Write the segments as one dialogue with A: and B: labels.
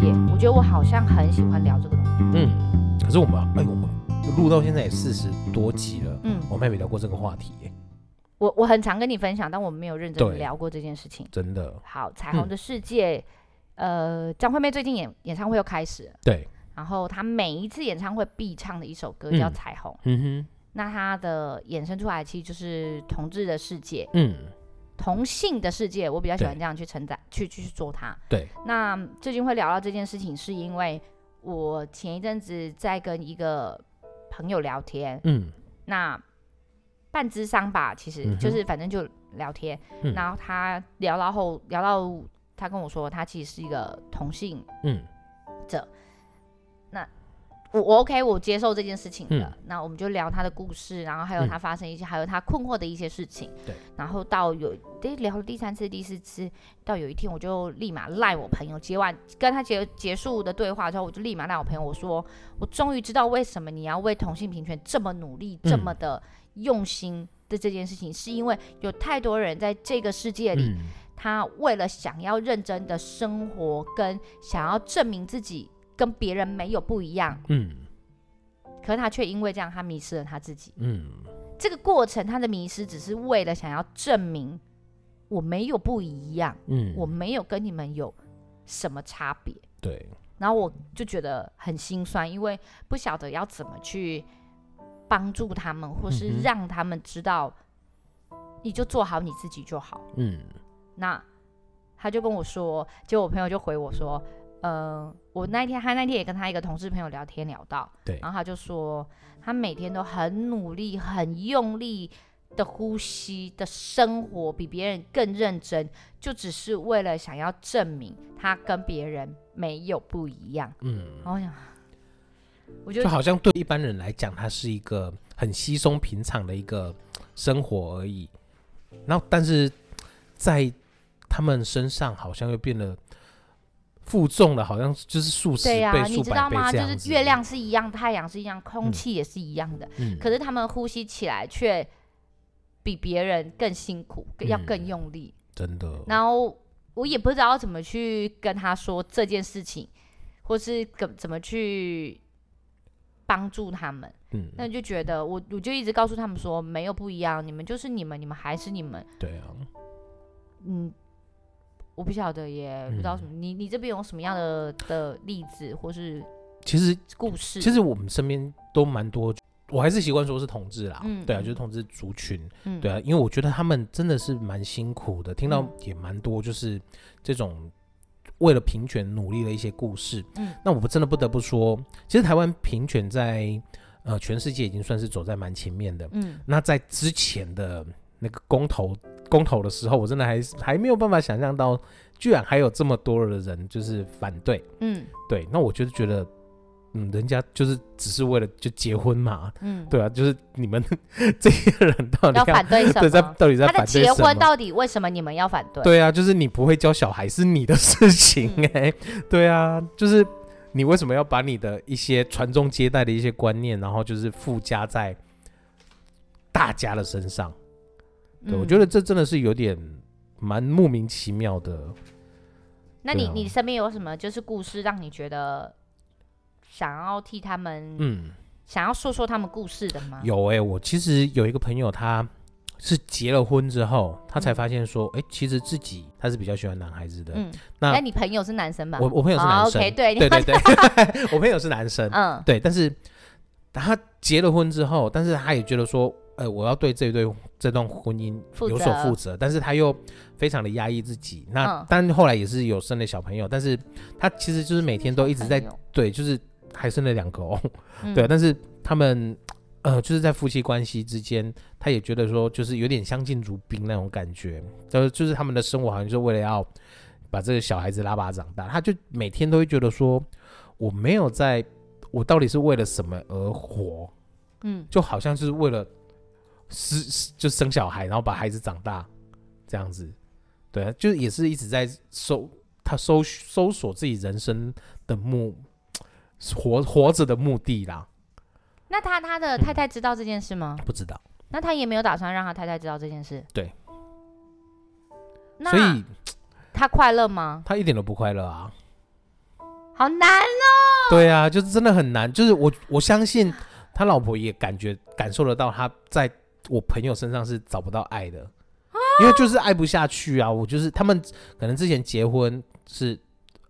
A: 界。我觉得我好像很喜欢聊这个东西。
B: 嗯，可是我们哎，我们录到现在也四十多集了，
A: 嗯，
B: 我们还没聊过这个话题耶，
A: 我我很常跟你分享，但我们没有认真地
B: 对嗯
A: 聊过这件事情。
B: 真的。
A: 好，彩虹的世界，呃，张惠妹最近演演唱会又开始了，
B: 对，
A: 然后她每一次演唱会必唱的一首歌
B: 嗯
A: 叫《彩虹》，
B: 嗯
A: 那她的衍生出来其实就是同志的世界
B: 哼，、嗯，
A: 同性的世界，我比较喜欢
B: 对
A: 这样去承载、去去去做它。
B: 对，
A: 那最近会聊到这件事情，是因为我前一阵子在跟一个朋友聊天，
B: 嗯
A: 那半智商吧，其实
B: 嗯哼
A: 就是反正就聊天，
B: 嗯
A: 然后他聊到后聊到他跟我说，他其实是一个同性，
B: 嗯
A: 我我 OK，我接受这件事情了。
B: 嗯
A: 那我们就聊他的故事，然后还有
B: 嗯
A: 他发生一些，还有他困惑的一些事情。
B: 对，
A: 然后到有诶聊了第三次、第四次，到有一天我就立马赖我朋友，接完跟他结结束的对话之后，我就立马赖我朋友，我说我终于知道为什么你要为同性平权这么努力、
B: 嗯
A: 这么的用心的这件事情，是因为有太多人在这个世界里，
B: 嗯
A: 他为了想要认真的生活，跟想要证明自己跟别人没有不一样。
B: 嗯
A: 可是他却因为这样，他迷失了他自己。
B: 嗯，
A: 这个过程，他的迷失只是为了想要证明我没有不一样，
B: 嗯，
A: 我没有跟你们有什么差别。
B: 对，
A: 然后我就觉得很心酸，因为不晓得要怎么去帮助他们，或
B: 嗯
A: 是
B: 哼
A: 让他们知道，你就做好你自己就好。
B: 嗯
A: 那他就跟我说，结果我朋友就回我说，呃，我那一天他那天也跟他一个同事朋友聊天聊到，
B: 对
A: 然后他就说他每天都很努力、很用力的呼吸的生活，比别人更认真，就只是为了想要证明他跟别人没有不一样。
B: 嗯，
A: 然后我想，我就
B: 就好像对一般人来讲，它是一个很稀松平常的一个生活而已。然后，但是在他们身上，好像又变得负重了，好像就是数十
A: 对呀、
B: 倍、
A: 你
B: 数
A: 知道
B: 百倍
A: 吗？
B: 这
A: 就
B: 样
A: 是
B: 子。
A: 月，亮是一样，太阳是一样，空
B: 嗯
A: 气也是一样的。
B: 嗯，
A: 可是他们呼吸起来却比别人更辛苦，更要更
B: 嗯
A: 用力。
B: 真的，
A: 然后我也不知道怎么去跟他说这件事情，或是怎怎么去帮助他们。
B: 嗯，
A: 那就觉得我我就一直告诉他们说，没有不一样，你们就是你们，你们还是你们。
B: 对啊，
A: 嗯，我不晓得耶，不知道什么。你你这边有什么样的的例子或是
B: 其实
A: 故事？
B: 其实我们身边都蛮多，我还是习惯说是同志啦，
A: 嗯
B: 对啊，
A: 嗯
B: 就是同志族群，
A: 嗯
B: 对啊，因为我觉得他们真的是蛮辛苦的，听到
A: 嗯
B: 也蛮多就是这种为了平权努力的一些故事。
A: 嗯
B: 那我真的不得不说，其实台湾平权在呃全世界已经算是走在蛮前面的。
A: 嗯
B: 那在之前的那个公投公投的时候，我真的还是还没有办法想象到，居然还有这么多的人就是反对。
A: 嗯
B: 对，那我就是觉得，嗯，人家就是只是为了就结婚嘛，
A: 嗯，
B: 对啊，就是你们 这些人到底
A: 要
B: 要
A: 反对什
B: 对在
A: 么？
B: 到底在
A: 他
B: 反
A: 的
B: 对
A: 结
B: 什
A: 婚
B: 么？
A: 到底为什么你们要反对？
B: 对啊，就是你不会教小孩是你的事情
A: 嗯
B: 哎、对啊，就是你为什么要把你的一些传宗接代的一些观念，然后就是附加在大家的身上？对，我
A: 嗯
B: 觉得这真的是有点蛮莫名其妙的。
A: 那
B: 对
A: 你、
B: 啊
A: 你身边有什么就是故事让你觉得想要替他们、
B: 嗯，
A: 想要说说他们故事的吗？
B: 有哎、我其实有一个朋友，他是结了婚之后，他才
A: 嗯
B: 发现说，哎、其实自己他是比较喜欢男孩子的。
A: 嗯，
B: 那
A: 那你朋友是男生吧？
B: 我我朋友是男生，
A: o k 对，你
B: 对对对， 我朋友是男生，
A: 嗯
B: 对，但是他结了婚之后，但是他也觉得说，呃，我要对这对这段婚姻
A: 负
B: 有所
A: 责
B: 负责，但是他又非常的压抑自己。那、
A: 嗯
B: 但后来也是有生了小朋友，但是他其实就是每天都一直在
A: 朋友
B: 对，就是还生了两个哦。
A: 嗯
B: 对，但是他们呃，就是在夫妻关系之间，他也觉得说，就是有点相敬如宾那种感觉，就是就是他们的生活好像就为了要把这个小孩子拉拔长大，他就每天都会觉得说，我没有在，我到底是为了什么而活，
A: 嗯，
B: 就好像是为了是就生小孩，然后把孩子长大这样子，对，啊就也是一直在搜他搜搜索自己人生的目。活活着的目的啦，
A: 那他他的太太知道这件事吗？
B: 不知道。
A: 那他也没有打算让他太太知道这件事。
B: 对。
A: 那
B: 所以
A: 他快乐吗？
B: 他一点都不快乐啊。
A: 好难
B: 对啊，就是真的很难。就是我我相信他老婆也感觉感受得到，他在我朋友身上是找不到爱的，因为就是爱不下去啊。我就是他们可能之前结婚是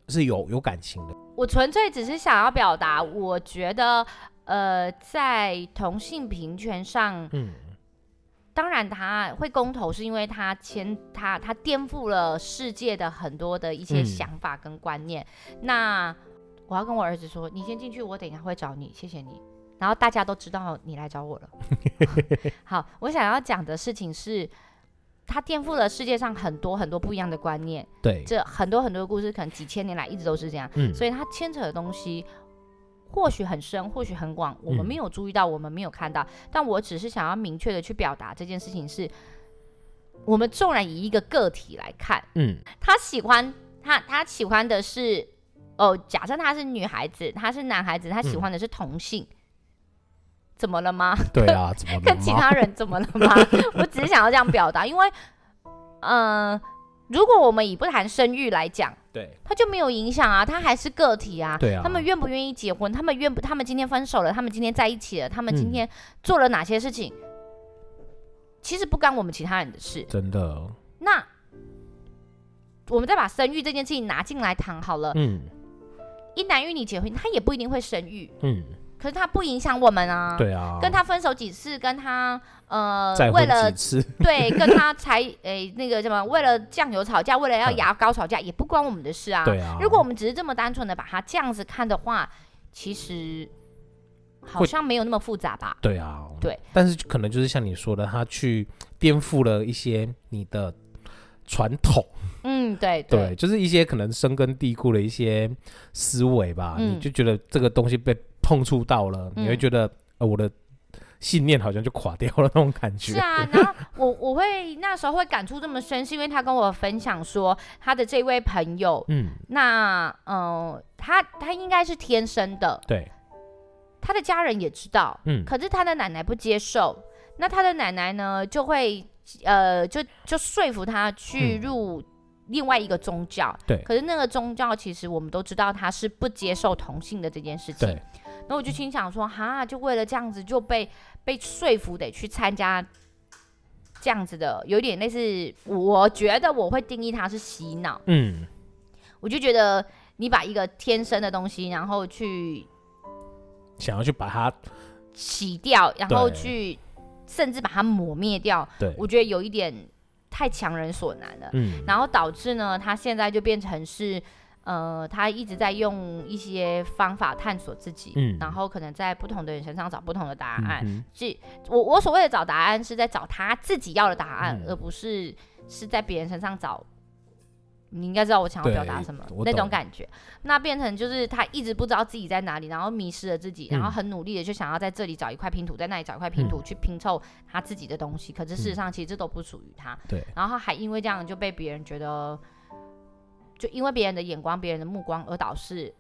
B: 是有有感情的，
A: 我纯粹只是想要表达，我觉得，呃，在同性平权上，
B: 嗯，
A: 当然他会公投，是因为他牵他他颠覆了世界的很多的一些
B: 嗯
A: 想法跟观念。那我要跟我儿子说，你先进去，我等一下会找你，谢谢你。然后大家都知道你来找我了。好，我想要讲的事情是，他颠覆了世界上很多很多不一样的观念，
B: 对，
A: 这很多很多的故事可能几千年来一直都是这样。
B: 嗯，
A: 所以它牵扯的东西或许很深，或许很广，我们
B: 嗯
A: 没有注意到，我们没有看到。但我只是想要明确的去表达这件事情是，我们纵然以一个个体来看，
B: 嗯
A: 他喜欢他他喜欢的是哦，假设他是女孩子，他是男孩子，他喜欢的是同性，嗯怎么了吗？
B: 对啊， 怎么了
A: 跟其
B: 吗？
A: 他人怎么了吗？ 我只是想要这样表达，因为嗯、呃如果我们以不谈生育来讲。
B: 对
A: 他就没有影响啊，他还是个体啊。
B: 对啊
A: 他们愿不愿意结婚？他们愿不？他们今天分手了，他们今天在一起了，他们今
B: 嗯
A: 天做了哪些事情？其实不干我们其他人的事。
B: 真的，
A: 那我们再把生育这件事情拿进来谈好了。
B: 嗯
A: 一男一女结婚，他也不一定会生育，
B: 嗯，
A: 可是他不影响我们啊。
B: 对啊，
A: 跟他分手几次，跟他呃
B: 再，
A: 为
B: 婚
A: 了
B: 几次，
A: 对跟他才诶、那个什么，为了酱油吵架，为了要
B: 嗯
A: 牙膏吵架，也不关我们的事啊。
B: 对啊，
A: 如果我们只是这么单纯的把它这样子看的话，其实好
B: 会
A: 像没有那么复杂吧？
B: 对啊，
A: 对，
B: 但是可能就是像你说的，他去颠覆了一些你的传统。
A: 嗯，对
B: 对，就是一些可能深根蒂固的一些思维吧，
A: 嗯
B: 你就觉得这个东西被碰触到了，你会
A: 嗯
B: 觉得呃我的信念好像就垮掉了那种感觉。
A: 是啊，然后我我会那时候会感触这么深，是因为他跟我分享说他的这位朋友，
B: 嗯，
A: 那嗯、呃他他应该是天生的，
B: 对，
A: 他的家人也知道，
B: 嗯，
A: 可是他的奶奶不接受，那他的奶奶呢就会呃就就说服他去
B: 嗯
A: 入另外一个宗教。
B: 对
A: 可是那个宗教其实我们都知道他是不接受同性的这件事情
B: 对。，
A: 那我就心想说，哈，就为了这样子就被被说服得去参加。这样子的，有点类似，我觉得我会定义它是洗脑。
B: 嗯，
A: 我就觉得你把一个天生的东西，然后去
B: 想要去把它，
A: 洗掉，然后
B: 对
A: 去甚至把它抹灭掉，
B: 对，
A: 我觉得有一点太强人所难了。
B: 嗯，
A: 然后导致呢，他现在就变成是，呃，他一直在用一些方法探索自己，
B: 嗯
A: 然后可能在不同的人身上找不同的答案。
B: 嗯哼
A: 这我我所谓的找答案，是在找他自己要的答案，
B: 嗯
A: 而不是是在别人身上找。你应该知道我想要表达
B: 对
A: 什么
B: 我
A: 那种
B: 懂
A: 感觉，那变成就是他一直不知道自己在哪里，然后迷失了自己，然后
B: 嗯
A: 很努力的就想要在这里找一块拼图，在那里找一块拼图、去拼凑他自己的东西，可是事实
B: 嗯
A: 上其实这都不属于他。
B: 对，
A: 然后还因为这样就被别人觉得，就因为别人的眼光、别人的目光而导致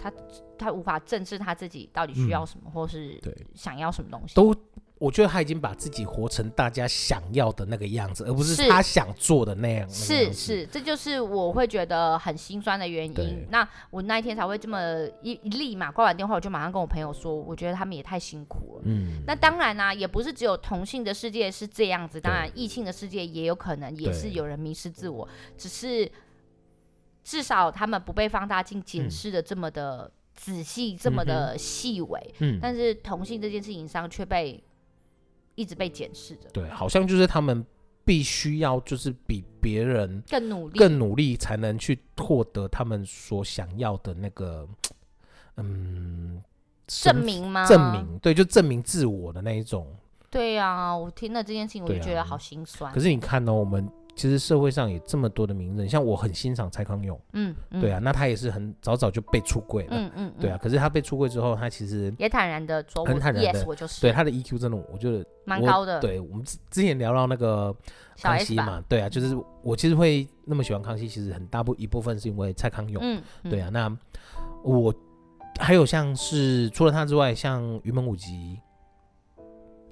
A: 他他无法正视他自己到底需要什么，或是
B: 嗯对
A: 想要什么东西。
B: 都。我觉得他已经把自己活成大家想要的那个样子，而不
A: 是
B: 是他想做的那样。那个
A: 是
B: 样子，
A: 是，这就是我会觉得很心酸的原因
B: 对。
A: 那我那一天才会这么一立马挂完电话，我就马上跟我朋友说，我觉得他们也太辛苦了。
B: 嗯，
A: 那当然啦、也不是只有同性的世界是这样子，当然异性的世界也有可能也
B: 对
A: 是有人迷失自我，只是至少他们不被放大镜检
B: 嗯
A: 视的这么的仔细，这么的细微，
B: 嗯，
A: 但是同性这件事情上却被一直被检视着，
B: 对，好像就是他们必须要就是比别人
A: 更努力，
B: 更努力才能去获得他们所想要的那个，嗯，身
A: 证明啊吗？
B: 证。明，对，就证明自我的那一种。
A: 对啊，我听了这件事情，我就
B: 对啊
A: 觉得好心酸。
B: 可是你看哦呢、我们其实社会上有这么多的名人，像我很欣赏蔡康永，
A: 嗯，嗯
B: 对，啊，那他也是很早早就被出柜了，
A: 嗯嗯，嗯
B: 对啊，，可是他被出柜之后，他其实
A: 也坦然的说，我
B: 很坦然
A: yes，
B: 地
A: 我就是，
B: 对他的 EQ 真的，我觉得
A: 蛮
B: 我
A: 高的，，
B: 对我们之之前聊到那个
A: 小
B: 康
A: S
B: 熙
A: 吧，嗯
B: 嘛，对啊，就是我其实会那么喜欢康熙，其实很大部一部分是因为蔡康永。
A: 嗯，嗯
B: 对啊，那我还有像是除了他之外，像云门舞集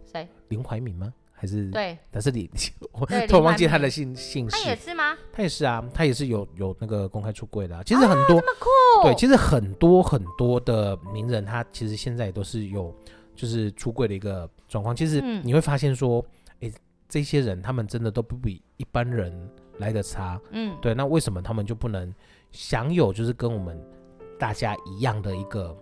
A: 谁？
B: 林怀民吗？还是
A: 对，
B: 还是李，我
A: 对
B: 突然
A: 林
B: 忘记
A: 怀
B: 他
A: 民
B: 的姓姓
A: 他也
B: 氏，
A: 是吗？
B: 他也是啊，他也是有有那个公开出柜的、啊。其实很多、
A: 这么酷，
B: 对，其实很多很多的名人，他其实现在也都是有就是出柜的一个状况。其实
A: 嗯
B: 你会发现说，诶，这些人他们真的都不比一般人来的差。
A: 嗯，
B: 对，那为什么他们就不能享有就是跟我们大家一样的一个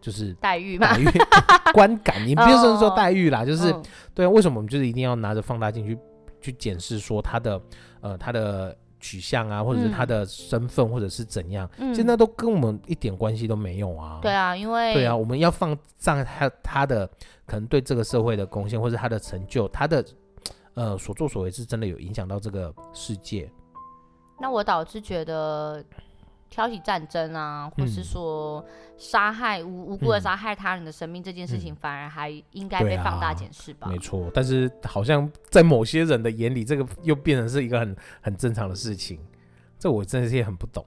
B: 就是
A: 待遇嘛，
B: 待遇 观感？你不要说说
A: 哦
B: 待遇啦，就是
A: 嗯
B: 对，啊为什么我们就是一定要拿着放大镜去去检视说他的呃他的取向啊，或者是他
A: 嗯
B: 的身份，或者是怎样？
A: 嗯
B: 现在都跟我们一点关系都没有啊。
A: 对啊，因为
B: 对啊，我们要放上他他的可能对这个社会的贡献，或者他的成就，他的呃所作所为是真的有影响到这个世界。
A: 那我倒是觉得挑起战争啊，或是
B: 嗯
A: 说杀害无无辜的
B: 嗯
A: 杀害他人的生命这件事情，反而还应该
B: 对
A: 被放大
B: 啊
A: 检视吧
B: 没？错，但是好像在某些人的眼里，这个又变成是一个很很正常的事情。这我真的是也很不懂。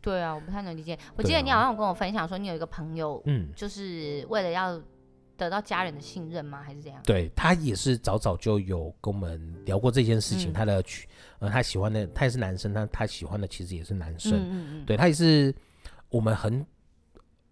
A: 对啊，我不太能理解。我
B: 对
A: 记得你好
B: 啊
A: 像有跟我分享说，你有一个朋友
B: 嗯，
A: 就是为了要得到家人的信任吗？还是怎样？
B: 对他也是早早就有跟我们聊过这件事情，
A: 嗯
B: 他的取呃他喜欢的他也是男生，他他喜欢的其实也是男生，
A: 嗯嗯嗯，
B: 对他也是我们很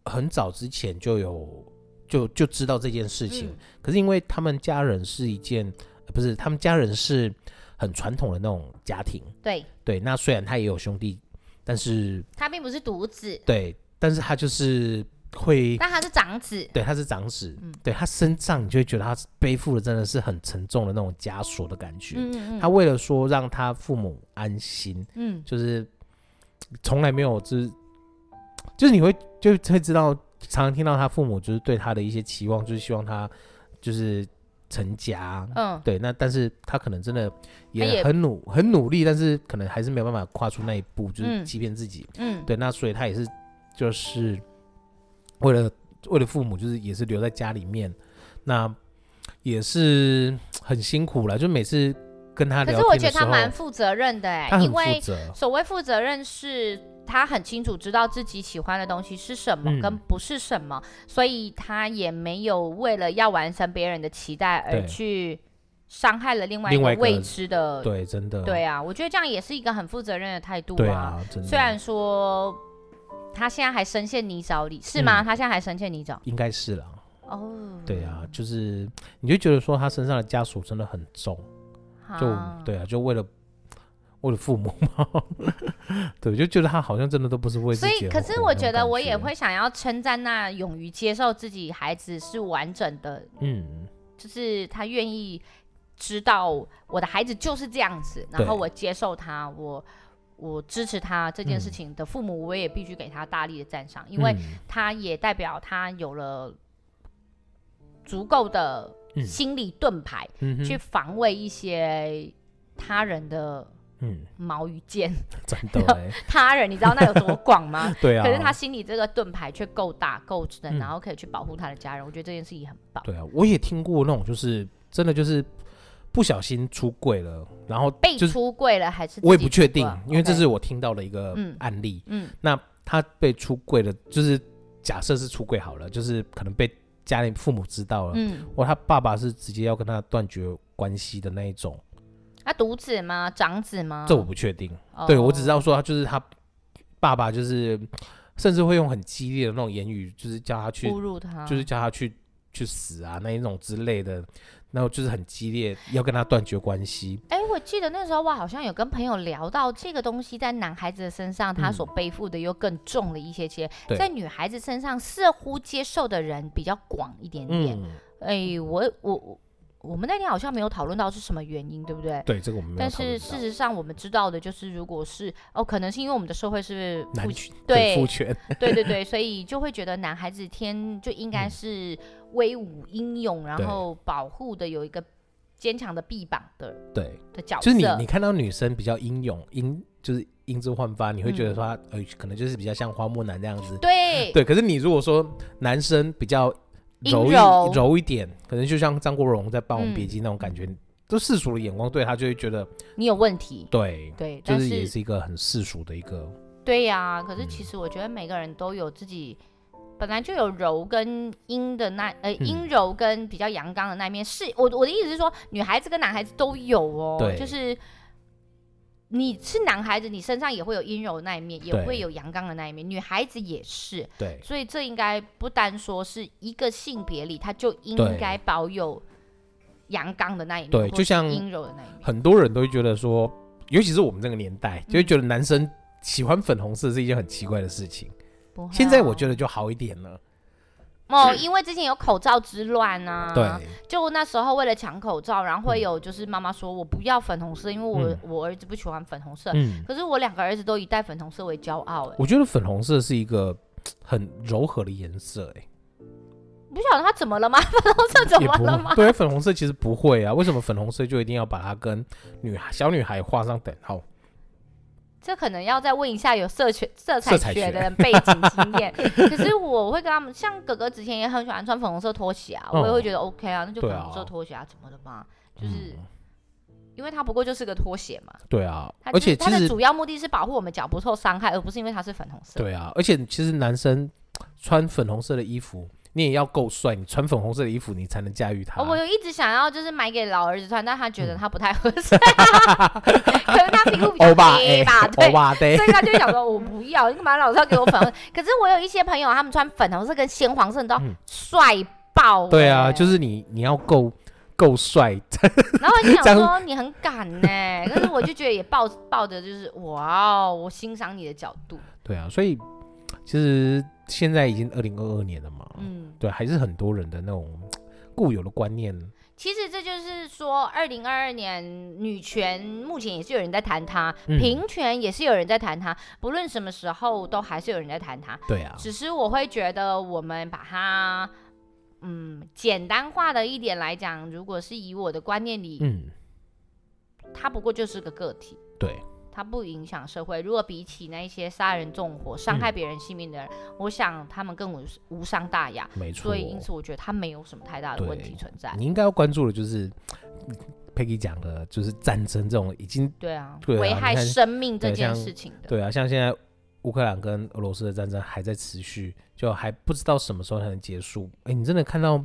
B: 很早之前就有就就知道这件事情，
A: 嗯
B: 可是因为他们家人是一件、呃不是他们家人是很传统的那种家庭，
A: 对，
B: 对，那虽然他也有兄弟，但是
A: 他并不是独子，
B: 对，但是他就是会
A: 但他是长子。
B: 对，他是长子，
A: 嗯
B: 对他身上你就会觉得他背负的真的是很沉重的那种枷锁的感觉。
A: 嗯嗯
B: 他为了说让他父母安心，
A: 嗯
B: 就是从来没有就是就是你会就会知道，常常听到他父母就是对他的一些期望，就是希望他就是成家。
A: 嗯
B: 对，那但是他可能真的
A: 他也
B: 也很努很努力，但是可能还是没有办法跨出那一步，就
A: 嗯
B: 是欺骗自己。
A: 嗯，
B: 对，那所以他也是就是为了为了父母，就是也是留在家里面，那也是很辛苦了。就每次跟他
A: 可
B: 聊
A: 是我
B: 天
A: 觉得
B: 的时
A: 他
B: 候，
A: 蛮负责任的哎
B: 他，很
A: 因
B: 负
A: 为
B: 责，
A: 所谓负责任是。他很清楚知道自己喜欢的东西是什么
B: 嗯
A: 跟不是什么，所以他也没有为了要完成别人的期待而
B: 对
A: 去伤害了另外一
B: 另
A: 个
B: 外一个
A: 未
B: 人
A: 知的。
B: 对，真的，
A: 对啊，我觉得这样也是一个很负责任的态度
B: 对啊，真的，
A: 虽然说他现在还深陷泥沼里，是吗？
B: 嗯
A: 他现在还深陷泥沼
B: 应该是啦，
A: 哦。
B: 对啊，就是你就觉得说他身上的枷锁真的很重，
A: 啊，
B: 就对啊，就为了。为了父母嘛， 对，就觉得他好像真的都不是为自
A: 所
B: 己
A: 以，
B: 而
A: 可是
B: 活
A: 我
B: 那种
A: 觉得
B: 感
A: 我也
B: 觉，啊
A: 会想要称赞那勇于接受自己孩子是完整的，
B: 嗯，
A: 就是他愿意知道我的孩子就是这样子，然后
B: 对
A: 我接受他，我我支持他这件事
B: 嗯
A: 情的父母，我也必须给他大力的赞赏，因为
B: 嗯
A: 他也代表他有了足够的
B: 嗯
A: 心理盾牌。
B: 嗯哼
A: 去防卫一些他人的
B: 嗯，
A: 毛与剑。
B: 真的欸
A: 他人，你知道那有多广吗？
B: 对啊，
A: 可是他心里这个盾牌却够大够深，
B: 嗯
A: 然后可以去保护他的家人。我觉得这件事情很棒。
B: 对啊，我也听过那种，就是真的就是不小心出柜了，然后
A: 被
B: 就是
A: 出柜了还是自己
B: 我也不确
A: 出柜
B: 定
A: 了，
B: 因为这
A: OK
B: 是我听到的一个
A: 嗯
B: 案例。
A: 嗯
B: 他被出柜了，就是假设是出柜好了，就是可能被家里父母知道了，
A: 嗯，
B: 或他爸爸是直接要跟他断绝关系的那一种，
A: 那独子吗？长子吗？
B: 这我不确定。
A: 哦
B: 对我只知道说，他就是他爸爸就是甚至会用很激烈的那种言语，就是叫他去
A: 侮辱啊他，
B: 就是叫他去去死啊那一种之类的，然后就是很激烈，要跟他断绝关系。
A: 哎，我记得那时候我好像有跟朋友聊到这个东西，在男孩子的身上，他
B: 嗯
A: 所背负的又更重了一些些；
B: 对
A: 在女孩子身上，似乎接受的人比较广一点点。
B: 嗯，
A: 哎、我我我我们那天好像没有讨论到是什么原因，对不对？
B: 对，这个我们没有
A: 但
B: 讨论
A: 是
B: 到
A: 事实上，我们知道的就是，如果是哦，可能是因为我们的社会是父
B: 男
A: 亲，
B: 权
A: 对
B: 父权，
A: 对对对，所以就会觉得男孩子天就应该
B: 嗯
A: 是威武英勇，然
B: 对
A: 后保护的有一个坚强的臂膀的
B: 对，
A: 的角
B: 就是你
A: 色
B: 你。看到女生比较英勇，英就是英姿焕发，你会觉得
A: 嗯
B: 说她呃可能就是比较像花木兰这样子。
A: 对
B: 对，可是你如果说男生比较
A: 阴
B: 柔一
A: 柔
B: 柔一点，可能就像张国荣在《霸王别
A: 嗯
B: 姬》那种感觉，都世俗的眼光对他就会觉得
A: 你有问题，
B: 对，
A: 对，
B: 就
A: 但
B: 是也
A: 是
B: 是一个很世俗的一个
A: 对呀、可是其
B: 嗯
A: 实我觉得每个人都有自己。本来就有柔跟阴的那呃
B: 嗯
A: 阴柔跟比较阳刚的那一面，是我我的意思是说，女孩子跟男孩子都有哦，
B: 对
A: 就是你是男孩子，你身上也会有阴柔的那一面，也
B: 对
A: 会有阳刚的那一面，女孩子也是，
B: 对
A: 所以这应该不单说是一个性别里，它就应
B: 对
A: 该保有阳刚的那一面，
B: 对
A: 或
B: 就是像
A: 阴柔的那一面，
B: 很多人都会觉得说，尤其是我们这个年代，就会觉得男生喜欢粉红色是一件很奇怪的事情。
A: 不会
B: 现在我
A: 啊
B: 觉得就好一点了，
A: 哦，因为之前有口罩之乱啊，
B: 对，
A: 就那时候为了抢口罩，然后会有就是妈妈说我不要粉红色，因为我、
B: 嗯
A: 我儿子不喜欢粉红色。
B: 嗯，
A: 可是我两个儿子都以戴粉红色为骄傲、哎，
B: 我觉得粉红色是一个很柔和的颜色、欸，
A: 不晓得他怎么了吗？ 粉红色怎
B: 也
A: 么
B: 不
A: 了吗？
B: 对，粉红色其实不会啊，为什么粉红色就一定要把它跟女孩小女孩画上等号？
A: 这可能要再问一下有色学色彩
B: 色彩
A: 学
B: 学
A: 的人背景经验。 可是我会跟他们，像哥哥之前也很喜欢穿粉红色拖鞋啊，我也
B: 嗯
A: 会觉得 OK 啊，那就
B: 对
A: 粉红色
B: 啊
A: 拖鞋啊，怎么了嘛？就是、
B: 嗯
A: 因为它不过就是个拖鞋嘛，
B: 对啊，
A: 它就
B: 而且
A: 是
B: 其
A: 它的
B: 实
A: 主要目的是保护我们脚不受伤害，而不是因为它是粉红色。
B: 对啊，而且其实男生穿粉红色的衣服，你也要够帅，你穿粉红色的衣服你才能驾驭它。
A: 哦，我有一直想要就是买给老儿子穿，但他觉得他不太合 适，可能他皮肤比较
B: 嗯欧巴
A: 黑
B: 哎
A: 吧，，
B: 欧
A: 对。
B: 巴对
A: 所，以他就想说，我不要，你干嘛老是要给我粉红？可是我有一些朋友，他们穿粉红色跟鲜黄色，你知道
B: 嗯，
A: 帅爆、。
B: 对啊，就是是你你要够够帅，
A: 然后我就
B: 这
A: 想
B: 样
A: 说，你很敢呢、可是我就觉得也抱抱着就是，哇哦，我欣赏你的角度，
B: 对啊，所以其实现在已经二零二二年了嘛，
A: 嗯。
B: 对，还是很多人的那种固有的观念，
A: 其实这就是说，二零二二年女权目前也是有人在谈它，
B: 嗯
A: 平权也是有人在谈它，不论什么时候都还是有人在谈它。
B: 对啊，
A: 只是我会觉得，我们把它，嗯，简单化的一点来讲，如果是以我的观念里，
B: 嗯，
A: 它不过就是个个体，
B: 对，
A: 它不影响社会。如果比起那一些杀人纵
B: 嗯
A: 火、伤害别人性命的人，我想他们更无无伤大雅。
B: 没错
A: 所以，。因此我觉得它没有什么太大的
B: 对
A: 问题存在。
B: 你应该要关注的就是 Peggy 讲的，就是战争这种已经
A: 对啊，
B: 对啊
A: 危
B: 你
A: 害
B: 看
A: 生命这
B: 对
A: 件
B: 像
A: 事情的。
B: 对啊，像现在乌克兰跟俄罗斯的战争还在持续，就还不知道什么时候才能结束。哎，你真的看到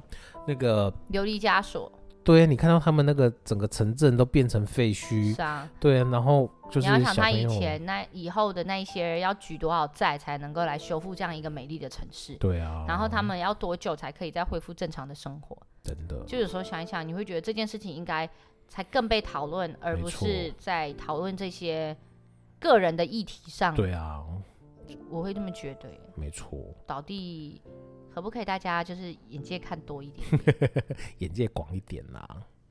B: 那个？
A: 流离枷锁
B: 对啊，你看到他们那个整个城镇都变成废墟
A: 是，啊，
B: 对啊，然后就是
A: 你
B: 小
A: 要想他
B: 朋
A: 以
B: 友，
A: 前那以后的那一些人要举多少债才能够来修复这样一个美丽的城市，
B: 对啊，
A: 然后他们要多久才可以再恢复正常的生活？
B: 真的
A: 就有时候想一想，你会觉得这件事情应该才更被讨论，而
B: 没
A: 不
B: 错
A: 是在讨论这些个人的议题上。
B: 对啊，
A: 我会这么觉得耶。
B: 没错，
A: 倒地可不可以大家就是眼界看多一点？
B: 眼界广一点啦、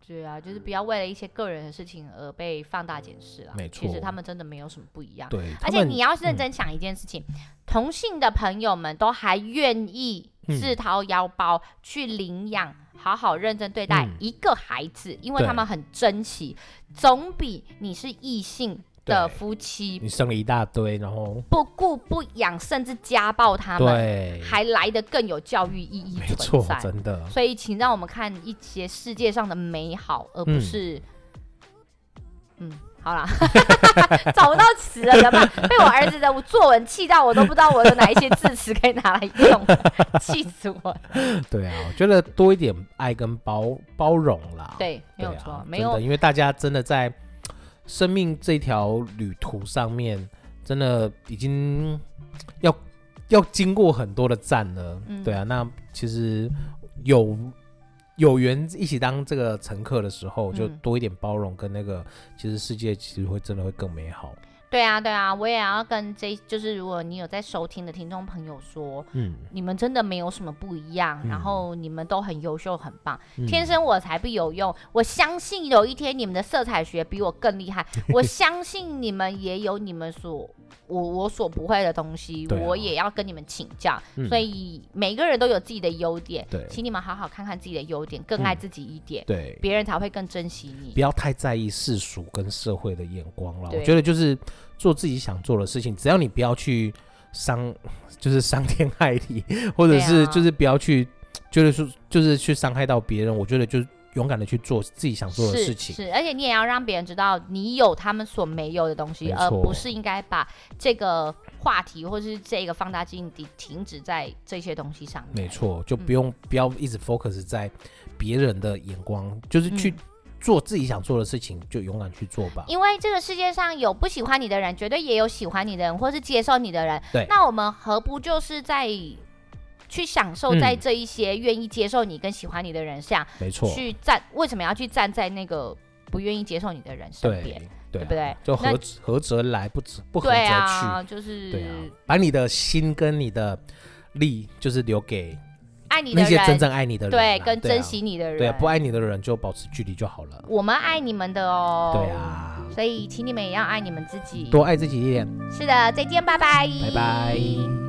A: 对啊，就是不要为了一些个人的事情而被放大检视啦。
B: 嗯没
A: 其实
B: 错
A: 他们真的没有什么不一样。
B: 对，
A: 啊而
B: 他
A: 且
B: 们嗯
A: 你要是认真想一件事情，同性的朋友们都还愿意
B: 嗯
A: 自掏腰包去领养，好好认真对待
B: 嗯
A: 一个孩子，因为
B: 对
A: 他们很珍惜，总比你是异性的
B: 对嗯
A: 夫妻
B: 你生了一大堆，然后
A: 不顾不养，甚至家暴他们，
B: 对，
A: 还来得更有教育意义
B: 没
A: 存
B: 错，
A: 在。
B: 真的，
A: 所以，请让我们看一些世界上的美好，而不
B: 嗯
A: 是，嗯好啦， 找不到词了，怎么办？被我儿子的作文气到，我都不知道我有哪一些字词可以拿来用，气死我了！
B: 对啊，我觉得多一点爱跟包包容啦。
A: 对，没
B: 对啊，
A: 有错，没
B: 真的
A: 有
B: 因为大家真的在生命这条旅途上面，真的已经要要经过很多的站了。
A: 嗯
B: 对啊，那其实有有缘一起当这个乘客的时候，就
A: 嗯
B: 多一点包容跟那个，其实世界其实会真的会更美好。
A: 对啊，对啊，我也要跟这就是如果你有在收听的听众朋友说，
B: 嗯，
A: 你们真的没有什么不一样，然
B: 嗯
A: 后你们都很优秀，很棒。
B: 嗯
A: 天生我材必有用。我相信有一天你们的色彩学比我更 厉害，我相信你们也有你们所我我所不会的东西，
B: 对啊
A: 我也要跟你们请教。
B: 嗯
A: 所以每个人都有自己的优点，
B: 对
A: 请你们好好看看自己的优点，更
B: 嗯
A: 爱自己一点，
B: 对，
A: 别人才会更珍惜你
B: 不。要太在意世俗跟社会的眼光了。
A: 对
B: 我觉得就是做自己想做的事情，只要你不要去伤， 就是伤天害理，或者
A: 对
B: 是
A: 啊
B: 就是不要去，就是说就是去伤害到别人。我觉得就勇敢的去做自己想做的事情。
A: 是是，而且你也要让别人知道你有他们所没有的东西，
B: 没
A: 而
B: 错
A: 不是应该把这个话题或是这个放大镜停停止在这些东西上面。
B: 没，错，就
A: 嗯
B: 不用、不要一直 focus 在别人的眼光，就是去
A: 嗯
B: 做自己想做的事情，就勇敢去做吧。
A: 因为这个世界上有不喜欢你的人，绝对也有喜欢你的人，或是接受你的人。
B: 对
A: 那我们何不就是在去享受
B: 嗯
A: 在这一些愿意接受你跟喜欢你的人上，
B: 没错，
A: 去站？为什么要去站在那个不愿意接受你的人身边？
B: 对对啊
A: 不对
B: 就
A: 那
B: 合合则来，不则不合则
A: 对
B: 去。
A: 啊，就是
B: 对啊，把你的心跟你的力，就是留给
A: 爱你的
B: 那些
A: 人，
B: 真正爱你的人啦，
A: 对，跟
B: 啊
A: 珍惜你的人，
B: 对啊，不爱你的人就保持距离就好了。
A: 我们爱你们的哦。
B: 对，啊，
A: 所以请你们也要爱你们自己。
B: 多爱自己一点，
A: 是的，再见，拜拜，
B: 拜拜。